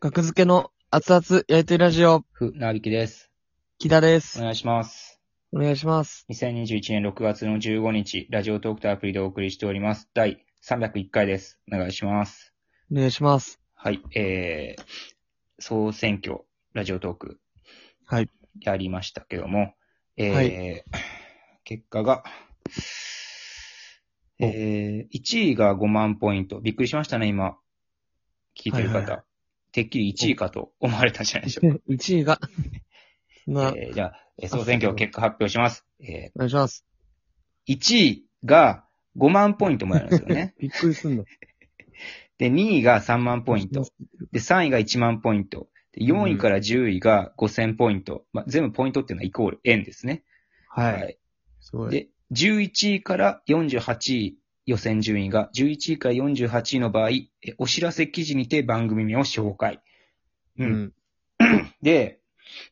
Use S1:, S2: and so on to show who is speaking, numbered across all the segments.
S1: 格付けの熱々やりとりラジオ、
S2: ふ、なびきです。
S1: 木田で
S2: お
S1: す。
S2: 願いします。
S1: お願いします。
S2: 2021年6月の15日、ラジオトークとアプリでお送りしております。第301回です。お願いします。
S1: お願いします。
S2: はい、えー、総選挙、ラジオトーク、
S1: はい。
S2: やりましたけども、えー、
S1: は
S2: 結果が、えー、1位が5万ポイント。びっくりしましたね、今。聞いてる方。
S1: はいはいは
S2: てっきり1位かと思われたんじゃないでしょうか
S1: 1位 が、な、
S2: えーじゃあ、えー総選挙結果発表します。え
S1: お願いします。
S2: ー1位が5万ポイントもらえるんですよね。
S1: びっくりすんの。
S2: で、2位が3万ポイント。で、3位が1万ポイント。で4位から10位が5000ポイント。まあ、全部ポイントっていうのはイコール円ですね。
S1: はい。すごい。
S2: で、11位から48位予選順位が、11位から48位の場合、えーお知らせ記事にて番組名を紹介。
S1: う
S2: うん
S1: ん。
S2: で、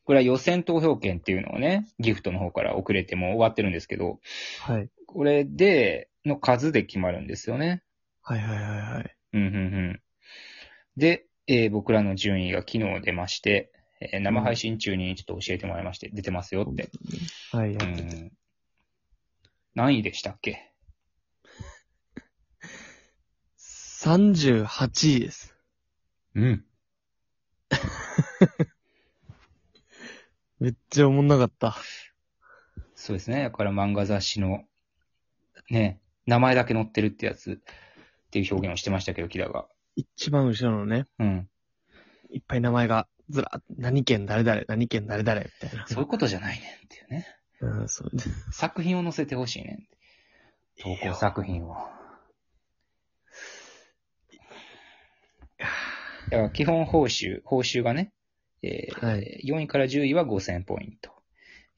S2: これは予選投票権っていうのをね、ギフトの方から遅れてもう終わってるんですけど、
S1: はい。
S2: これで、の数で決まるんですよね。
S1: はいはいはいはい。
S2: うん、うん、うん。で、えー僕らの順位が昨日出まして、えー生配信中にちょっと教えてもらいまして、出てますよって。
S1: はい、
S2: う
S1: やってて。
S2: ん。何位でしたっけ
S1: 38位です。
S2: うん。
S1: めっちゃおもんなかった。
S2: そうですね。だから漫画雑誌の、ね、名前だけ載ってるってやつっていう表現をしてましたけど、キラが。
S1: 一番後ろのね、
S2: うん。
S1: いっぱい名前が、ずらっ、何県誰々、何県誰々、みたいな。
S2: そういうことじゃないねんっていうね。
S1: うん、そう。
S2: 作品を載せてほしいねんって。投稿作品を。だから基本報酬、報酬がね、えー
S1: は
S2: 4位から10位は5000ポイント。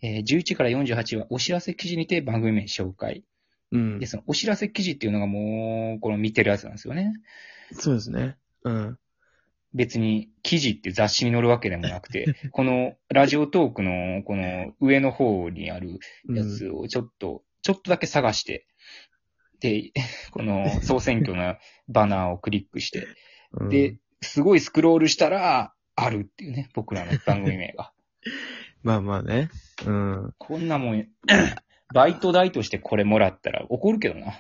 S2: えー11から48はお知らせ記事にて番組名紹介。
S1: うん
S2: で、。そのお知らせ記事っていうのがもう、この見てるやつなんですよね。
S1: そうですね。うん。
S2: 別に記事って雑誌に載るわけでもな くて、このラジオトークのこの上の方にある
S1: うん
S2: やつをちょっと、ちょっとだけ探して、で、 こ の総選挙のバナーをクリックして、
S1: うん
S2: で、すごいスクロールしたら、あるっていうね、僕らの番組名が。
S1: まあまあね。うん。
S2: こんな もん、バイト代としてこれもらったら怒るけどな。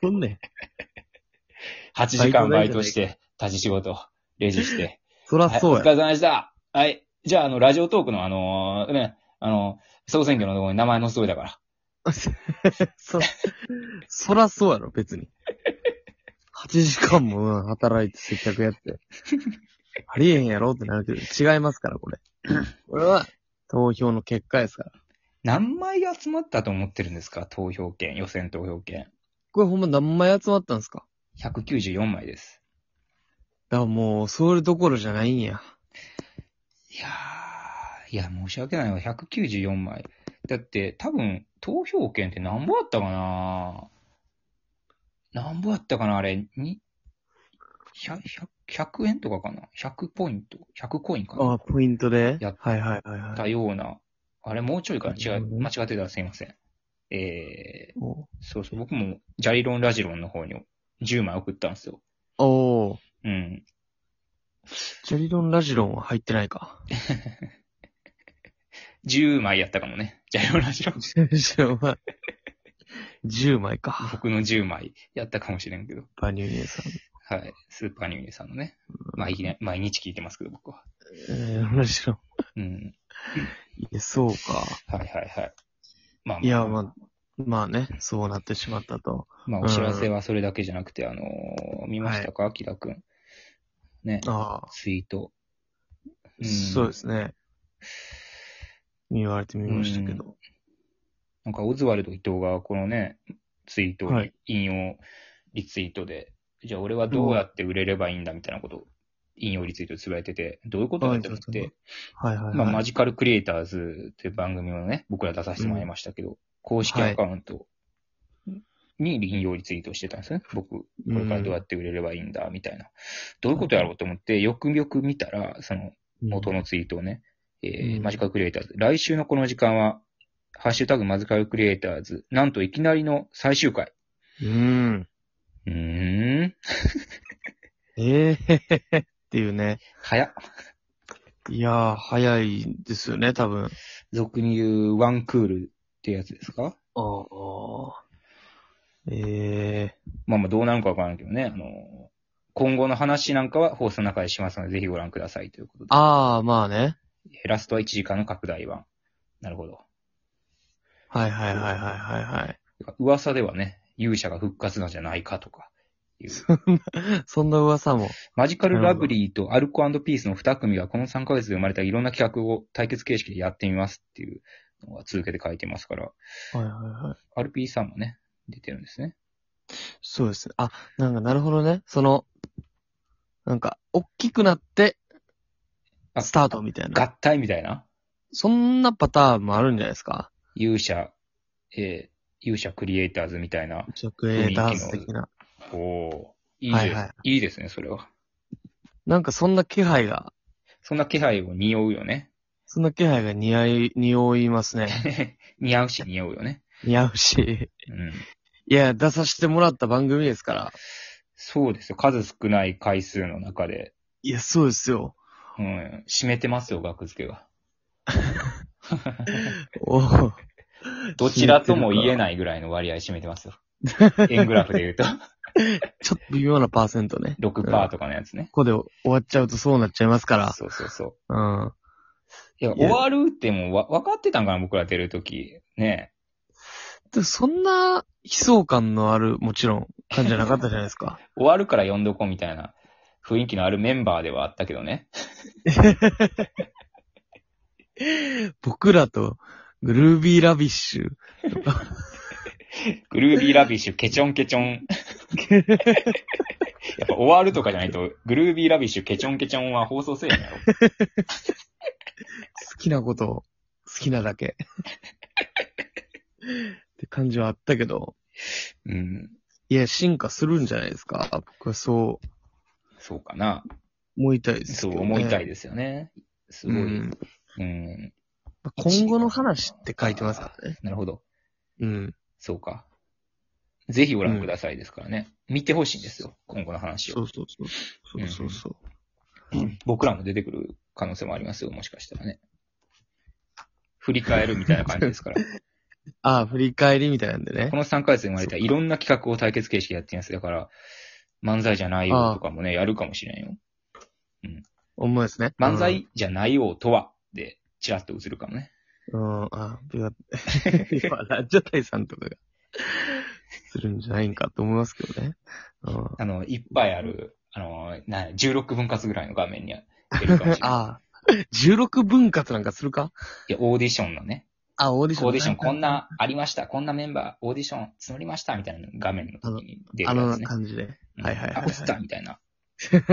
S1: こんね。
S2: 8時間バイトして、立ち仕事、レジして。
S1: そらそう
S2: はい、
S1: や。
S2: お疲れ様でした。はい。じゃあ、あの、ラジオトークのあのーね、あの、総選挙のところに名前載せといたから。
S1: そ、そらそうやろ、別に。8時間もうん働いて接客やって。ありえへんやろってなるけど、違いますから、これ。これは、投票の結果ですから。
S2: 何枚集まったと思ってるんですか投票券、予選投票券。
S1: これほんま何枚集まったんですか
S2: 194枚です。
S1: だからもう、それどころじゃないんや。
S2: いやー、いや、申し訳ないわ。194枚。だって、多分、投票券って何ぼあったかな何ぼあったかなあれ、に、100、100 100円とかかな ?100 ポイント ?100 コインか
S1: あ
S2: な
S1: あ、ポイントで
S2: やっ
S1: はいはいはいは
S2: た
S1: い。
S2: ような。あれ、もうちょいかな違
S1: なる
S2: う
S1: ほど、ね
S2: 間違ってたらすいません。え
S1: お
S2: ー、そうそう、僕も、ジャリロンラジロンの方に10枚送ったんですよ。
S1: おー
S2: うん。
S1: ジェリロンラジロンは入ってない か。
S2: 10枚やったかもね。ジャリロンラジロン。
S1: 10枚か。
S2: 僕の10枚やったかもしれんけど。
S1: バニューニューさん。
S2: はい。スーパーニューエさんのね。毎日、毎日聞いてますけど、僕は。
S1: えー、ラジロン。
S2: うん。
S1: いやそうか。
S2: はいはいはい。まあまあ、
S1: いや、まあ、まあね、そうなってしまったと。
S2: まあ、お知らせはそれだけじゃなくて、あのー見ましたか、キラ君。ね。
S1: ああ、
S2: ツイート。うん
S1: そうですね。言われてみましたけど。
S2: なんか、オズワルド伊藤が、このね、ツイート
S1: は
S2: を
S1: い
S2: 引用、リツイートで、じゃあ俺はどうやって売れればいいんだみたいなことを、引用リツイートつぶやいてて、どういうことだと思
S1: は
S2: っ
S1: い
S2: て、
S1: はいはいはい。
S2: まあ、マジカルクリエイターズという番組をね、僕ら出させてもらいましたけど、公式アカウントに引用リツイートしてたんですね。僕、これからどうやって売れればいいんだ、みたいな。どういうことやろうと思って、よくよく見たら、その元のツイートをね、え
S1: う
S2: ー
S1: ん
S2: マジカルクリエイターズ、来週のこの時間は、ハッシュタグマジカルクリエイターズ、なんといきなりの最終回。
S1: うん。
S2: うーん。
S1: ええ っていうね。
S2: 早っ。
S1: いやー、早いですよね、多分。
S2: 俗に言うワンクールってやつですか
S1: ああ。え
S2: まあまあどうなるかわからんけどね、あの、今後の話なんかは放送の中でしますので、ぜひご覧くださいということ
S1: ー、ああ、まあね。
S2: で。ラストは1時間の拡大版。なるほど。
S1: はいはいはいはいはい
S2: 噂ではね、勇者が復活なんじゃないかとかいう。
S1: はい。そんな噂も。
S2: マジカルラブリーとアルコピースの2組がこの3ヶ月で生まれたいろんな企画を対決形式でやってみますっていうのが続けて書いてますから、
S1: はいはいはい。
S2: RP さんもね、出てるんですね。
S1: そうですね。あ、なんかなるほどね。その、なんか、大きくなって、
S2: あ
S1: スタートみたいな。
S2: 合体みたいな
S1: そんなパターンもあるんじゃないですか。
S2: 勇者、えー勇者クリエイターズみたいな。
S1: 食営ダンス的な。
S2: おおいいです、
S1: はいい
S2: い
S1: は
S2: ですね、それは。
S1: なんかそんな気配が、
S2: そんな気配を匂うよね。
S1: そんな気配が似合い、匂いますね。
S2: 似合うし匂うよね。
S1: 似合うし。
S2: う
S1: い
S2: ん。
S1: や、出させてもらった番組ですから。
S2: そうですよ。数少ない回数の中で、
S1: いや、そうですよ。
S2: うん、締めてますよ、額付けが。
S1: おー
S2: どちらとも言えないぐらいの割合占めてますよ。円グラフで言 うと、
S1: ちょっと微妙なパーセントね。
S2: 6%とかのやつね。
S1: ここで終わっちゃうとそうなっちゃいますから。
S2: そうそうそう。
S1: うん。
S2: いや、
S1: いや
S2: 終わるってもうわ分かってたんかな、僕ら出るとき。ね
S1: でもそんな悲壮感のある、もちろん、感じじゃなかったじゃないですか。
S2: 終わるから呼んどこうみたいな雰囲気のあるメンバーではあったけどね。
S1: 僕らと、グルービーラビッシュ。
S2: グルービーラビッシュ、ケチョンケチョン。 やっぱ終わるとかじゃないと、グルービーラビッシュ、ケチョンケチョンは放送せえへんやろ。
S1: 好きなことを、好きなだ け。って感じはあったけど。
S2: うん。
S1: いや、進化するんじゃないですか。僕はそう
S2: そうかな。
S1: 思いたいですけ
S2: そ
S1: ど、
S2: う
S1: ね。
S2: 思いたいですよね。すごい。
S1: うん
S2: うん
S1: 今後の話って書いてますからね。
S2: なるほど。
S1: うん。
S2: そうか。ぜひご覧くださいですからね。見てほしいんですよ。今後の話
S1: そ
S2: を。
S1: うそうそう。そうそうそう。
S2: 僕らも出てくる可能性もありますよ。もしかしたらね。振り返るみたいな感じですから。
S1: ああ、振り返りみたいなんでね
S2: こ。の3ヶ月で生まれたいろんな企画を対決形式でやってるんです。だから、漫才じゃないよとかもね、やるかもしれんよ。
S1: 思いですね。
S2: 漫才じゃないよとは、で、チラッと映るかもね。
S1: うん。うん、ああ、よかった。 今ラジオ体さんとかが、するんじゃないんかと思いますけどね。うん。
S2: あの、いっぱいある、あの、な16分割ぐらいの画面に出るかも しれない。
S1: ああ、16分割なんかするか
S2: いや、オーディションのね、
S1: あ、オーディション。
S2: オーディションこん。なありました、こんなメンバー、オーディション募りました、みたいな画面の時に出
S1: あ
S2: るや
S1: の
S2: つね。
S1: 感じで。
S2: うん
S1: はいはいはいはい
S2: あ、落ちた、みた いな。うん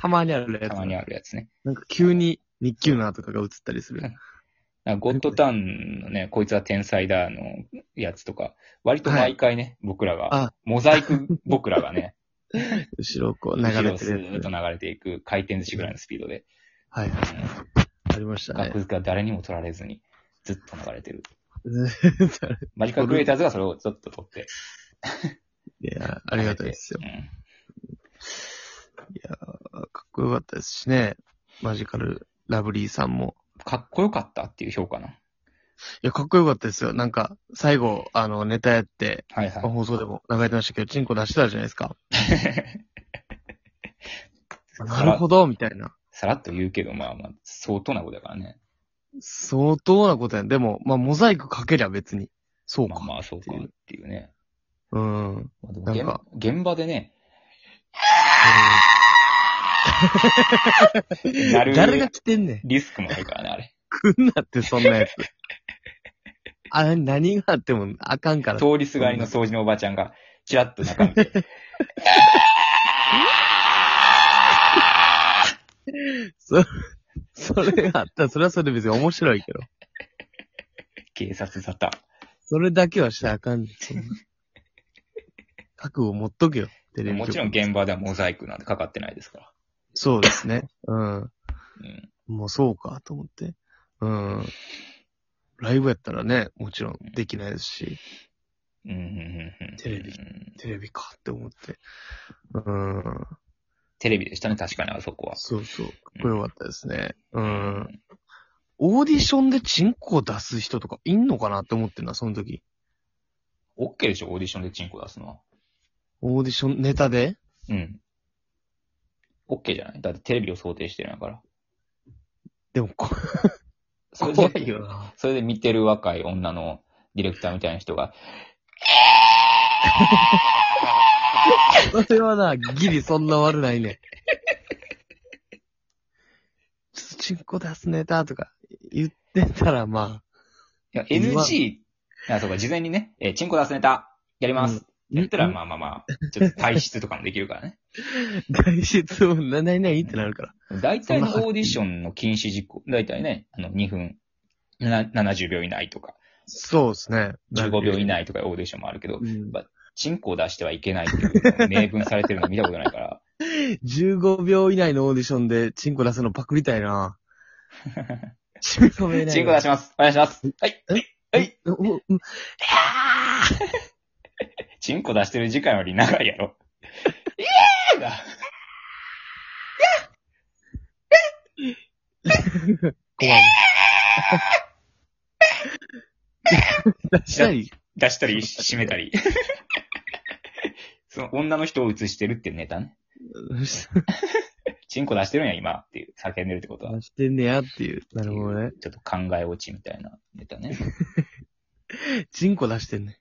S1: たまにあるや
S2: たまに
S1: つ。
S2: あるやつね。
S1: なんか急に日給のとかが映ったりす る。
S2: なんかゴッドタンのね、こいつは天才だのやつとか、割と毎回ね、僕らが
S1: あ、
S2: モザイク僕らがね、
S1: 後ろ こう流
S2: 後ろ
S1: れ
S2: を
S1: て
S2: スー
S1: る
S2: ッ
S1: や
S2: と
S1: つ。
S2: 流れていく回転寿司ぐらいのスピードで、
S1: はいはい。ありましたね
S2: 楽。譜が誰にも取られずに、ずっと流れてる。
S1: い
S2: マジカルクリエイターズがそれをずっと取って。
S1: や、あり がたいですよ
S2: う。ん
S1: いやー、かっこよかったですしね。マジカルラブリーさんも。
S2: かっこよかったっていう評価な。
S1: いや、かっこよかったですよ。なんか、最後、あの、ネタやって、
S2: はいはい。
S1: 放送でも流れてましたけど、チンコ出してたじゃないです か。なるほど、みたいな。
S2: さらっと言うけど、まあまあ、相当なことだからね。
S1: 相当なことやん。でも、まあ、モザイクかけりゃ別に。そう
S2: まあ
S1: か。
S2: まあ、そうかっていうね。
S1: うん。うん
S2: まあで
S1: な
S2: も
S1: んか
S2: 現現場でね、なる
S1: 誰が来てん ねん。
S2: リスクもあるからね、あれ。
S1: 来んなって、そんなやつ。あれ、何があっても あかんから。
S2: 通りすがりの掃除のおばちゃんが、ちらっと中見て、
S1: そそれがあったら、それはそれで別に面白いけど。
S2: 警察沙汰。
S1: それだけはしたらあかん ねん。そんな覚悟持っとけよ、テレビ局
S2: もちろん現場ではモザイクなんてかかってないですから。
S1: そうですね。うん。
S2: うん。
S1: もうそうか、と思って。うん。ライブやったらね、もちろんできないですし、
S2: うんうんうんうん。
S1: テレビ
S2: うん
S1: テレビかって思って。うん。
S2: テレビでしたね、確かにあそこは。
S1: そうそう。かっこよかったですね。うん。。オーディションでチンコを出す人とかいんのかなって思ってるな、その時。
S2: オッケーでしょ、オーディションでチンコ出すのは。
S1: オーディション、ネタで
S2: うん。オッケーじゃないだってテレビを想定してるんやから。
S1: でもこ、
S2: それ
S1: 怖
S2: で、
S1: いよな。
S2: それで見てる若い女のディレクターみたいな人が、
S1: それはな、ギリそんな悪ないね。ちょっとチンコ出すネタとか言ってたらま
S2: いや
S1: うわ
S2: NG、あ、そうか、事前にね、えーチンコ出すネタ、やります。
S1: うん
S2: やったら、
S1: うん
S2: まあまあまあ、ちょっと体質とかもできるからね。
S1: あ、大質問な、ないないってなるから。
S2: 大体のオーディションの禁止事項、大体ね、あの、2分、な70秒以内とか、
S1: そうですね。
S2: 15秒以
S1: 内。
S2: 内とかオーディションもあるけど、
S1: うん
S2: チンコを出してはいけないって いう明文されてるの見たことないから。
S1: 15秒以内のオーディションでチンコ出すのパクりたいな。 チンコ出
S2: チンコ出
S1: し
S2: します。お願いします。はい。 はい。
S1: おお
S2: チンコ出してる時間より長いやろ。 イエーイだ
S1: 怖い。出したり、
S2: 出したり、閉めたり。 その女の人を映してるっていうネタね。
S1: 出
S2: チンコ出してるんや、今。っていう、叫んでるってことは。
S1: してんねやっていう。なるほどね。
S2: ちょっと考え落ちみたいなネタね。
S1: チンコ出してんね。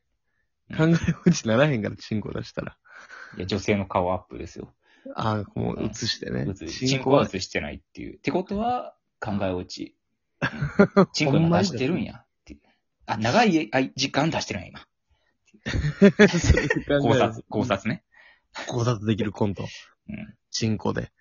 S1: 考
S2: う
S1: え
S2: ん
S1: 落ちならへんから、チンコ出したら。
S2: いや、女性の顔アップですよ。
S1: ああ、もう映してね。
S2: 映しチンコは映してないっていう。ってことは、考え落 ち。チンコ今出してるんや。っていうあ、長いあい時間出してるんや、今。考察、考。察ね。
S1: 考察できるコント。
S2: うん。
S1: チンコで。